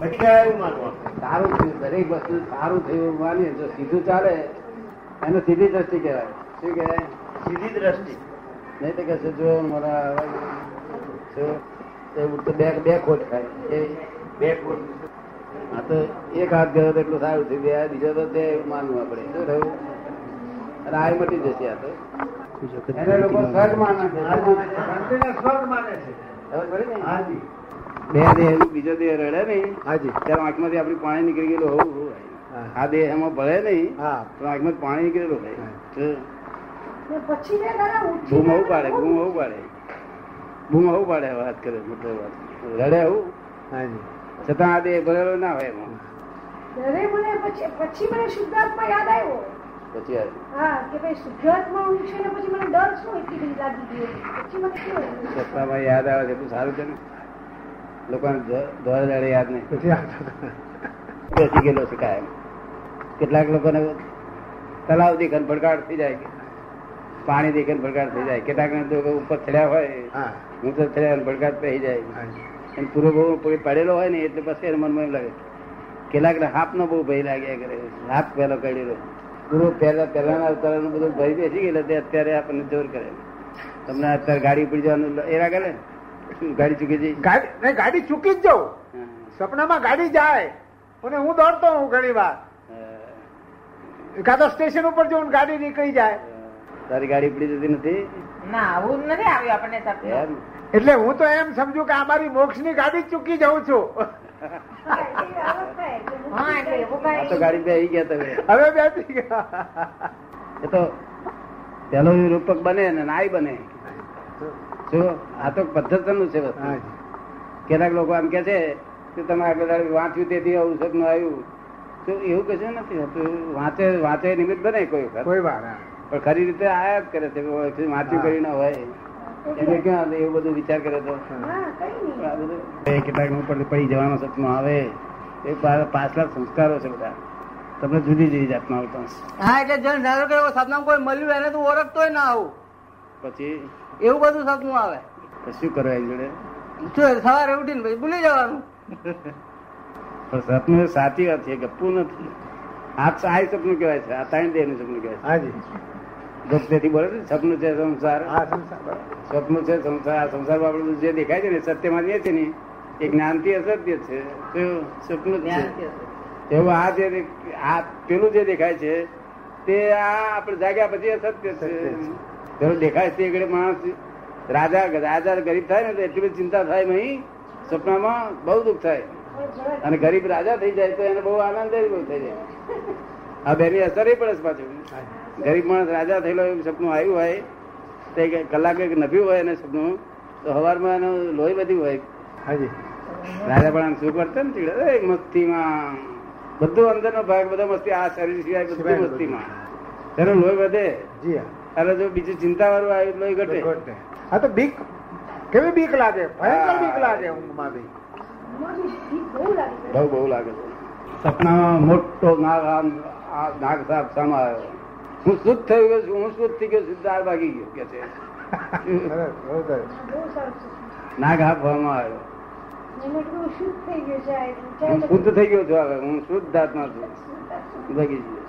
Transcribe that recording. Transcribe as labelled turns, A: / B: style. A: બચી ગયા એવું માનવું
B: સારું થયું દરેક વસ્તુ સારું થયું એવું માનીએ જો સીધું ચાલે એને સીધી દ્રષ્ટિ કહેવાય શું કહેવાય
A: સીધી દ્રષ્ટિ
B: નહીં તો કહેશે જો મારા આવા જો એવું તો બે બે ખોટ ખાય એ
A: બે ફૂટ
B: આ તો એક હાથ ગયો તો એટલું સારું થયું બે હાથ બીજો તો તે એવું માનવું આપણે શું થયું અને આ મટી જશે આ તો એને લોકો સહજ માને છે સહજ માને છે.
A: શાંતિને સ્વર્ગ માને છે
B: ખબર પડી ને?
A: હાજી
B: બે દેહ બીજો દેહ રડે નહીં હાજી ત્યારે આંખમાંથી આપણી પાણી નીકળી ગયેલું હોવું હોવું. આ દેહ એમાં ભળે નહીં પણ આંખમાંથી પાણી નીકળેલું હોય તો
C: ને પછી ને દાદા ઉઠીને
B: બૂમ આવું પાડે બૂમ આવું પાડે બૂમ આવું પાડે વાત કરે મતલબ વાત રડે આવું છતાં આ દેહ ભરેલો ના હોય એમાં
C: ત્યારે મને પછી પછી મને શુદ્ધાત્મા યાદ આવ્યો
B: પછી આ
C: હા કે ભાઈ શુદ્ધાત્મા હું છે ને પછી મને ડર શું એટલી બધી લાગી ગયો પછી મને કેવું લાગ્યું?
B: સસ્તામાં યાદ આવે છે એટલું સારું છે ને લોકોને દોડ દોડે યાદ નહીં બેસી ગયેલો છે કાયમ કેટલાક લોકોને તલાવ દેખન ભડકાટ થઈ જાય પાણી દેખન ભડકાટ થઈ જાય કેટલાક લોકો ઉપર ચડ્યા હોય હું તો ચડ્યા અને ભડકાટ પહી જાય અને પૂરો બહુ પૂરી પડેલો હોય ને એટલે પછી એના મનમાં એમ લાગે કેટલાક ને હાપનો બહુ ભય લાગ્યા કરે હાપ પહેલો કરેલો પૂરો પહેલા પહેલાના અવતારનો બધો ભય બેસી ગયેલો તે અત્યારે આપણને જોર કરે તમને અત્યારે ગાડી ઉપડી જવાનું એ લાગે ને શું ગાડી ચૂકી જઈ
D: ગાડી નહીં, ગાડી ચૂકી જ જાઉં
B: હા.
D: સપનામાં ગાડી જાય અને હું દોડતો હું ઘણી વાર
B: હા.
D: કાં તો સ્ટેશન ઉપર જઉં ને ગાડી નીકળી જાય
B: તારી ગાડી ઉપડી જતી નથી
E: ના આવું નથી આવ્યું આપણને સપનું
B: એમ
D: એટલે હું તો એમ સમજુ કે અમારી મોક્ષની ગાડી જ ચૂકી જાઉં છું
C: હા, એવી અવસ્થા એ કે હું
E: હા એટલે એવું
B: આ તો
E: કઈ
B: ગાડી બે ગયા તમે
D: હવે બેસી ગયા
B: એ તો પેલો રૂપક બને ને નાય બને જો આ તો પદ્ધતિનું છે વસ્તુ. કેટલાક લોકો એમ કે છે કે તમે આગળ દાડે વાંચ્યું તેથી ઔષધ નું આવ્યું તો એવું કશું નથી હોતું વાંચે વાંચે નિમિત્ત બને કોઈ વખત
D: કોઈ વાર હા.
B: પણ ખરી રીતે આયા જ કરે છે કોઈ વખત વાંચ્યું કરી ના હોય એટલે ક્યાં એવું બધું વિચાર કરે તો
C: હા કઈ નહીં
B: આ બધું એ કેટલાક ઉપર પડી જવાનો સપનો આવે એ પા- પાછલા સંસ્કારો છે બધા તમને જુદી જુદી જાતના આવતા હશે.
F: હા એટલે જેને ધારો કે એવો સપનામાં કોઈ મળ્યું એને તું ઓળખતોય ના આવું
B: પછી
F: એવું બધું સપનું આવે
B: તો શું કરો એની જોડે
F: શું સવારે ઉઠીને પછી ભૂલી જવાનું
B: પણ સપનું એ સાચી વાત છે ગપ્પુ નથી આ સહાય સપનું કહેવાય છે આ ત્રણ દેહનું સપનું કહેવાય
D: હાજી
B: છે ગપતેથી બોલે છે સપનું છે સંસાર
D: હા સંસાર બરાબર.
B: સપનું છે સંસાર આ સંસારમાં આપણે બધું જે દેખાય છે ને સત્યમાં જે છે ને એ જ્ઞાનથી અસત્ય છે તો સપનું જ છે એવું આ જે આ પેલું જે દેખાય છે તે આ આપણે જાગ્યા પછી અસત્ય છે પેલું દેખાય છે એકડે માણસ રાજા રાજા ગરીબ થાય ને તો એટલી બધી ચિંતા થાય નહીં સપનામાં બહુ દુઃખ થાય
C: પણ જરા
B: અને ગરીબ રાજા થઈ જાય તો એને બહુ આનંદ જ બહુ થઈ જાય આ બેની અસર એ પડે છે પાછું ગરીબ માણસ રાજા થયેલો એવું સપનું આવ્યું હોય તે કે કલાકે નભ્યું હોય એને સપનું તો હવારમાં એનું લોહી બધી હોય
D: હાજી
B: રાજા પણ આમ શું કરતા ને ચીડે "એ મસ્તીમાં બધું અંદરનો ભાગ બધો મસ્તી આ શરીર સિવાય બધું મસ્તીમાં તેનું લોહી વધે
D: જી હા
B: અરે જો બીજું ચિંતા વાળું આવ્યું તો લોહી ઘટે
D: ઘટે. હા તો બીક કેવી બીક લાગે ભયંકર બીક લાગે ઊંઘમાં બી
C: ઊંઘમાં બી બીક બહુ લાગી
B: બહુ બહુ લાગે છે સપનામાં મોટો નાગ આમ આ નાગ સાહેબ સામે આવ્યો હું શુદ્ધ થઈ ગયો છું હું શુદ્ધ થઈ ગયો છું દાળ ભાગી ગયો કે છે
D: સરસ, બરોબર.
C: બહુ સારું છે
B: નાગ આપવામાં આવ્યો
C: મને એટલું શુદ્ધ થઈ ગયું છે આ એટલું.
B: હું શુદ્ધ થઈ ગયો છું હવે હું શુદ્ધ આત્મા છું
C: ચાલો.
B: ભાગી ગયો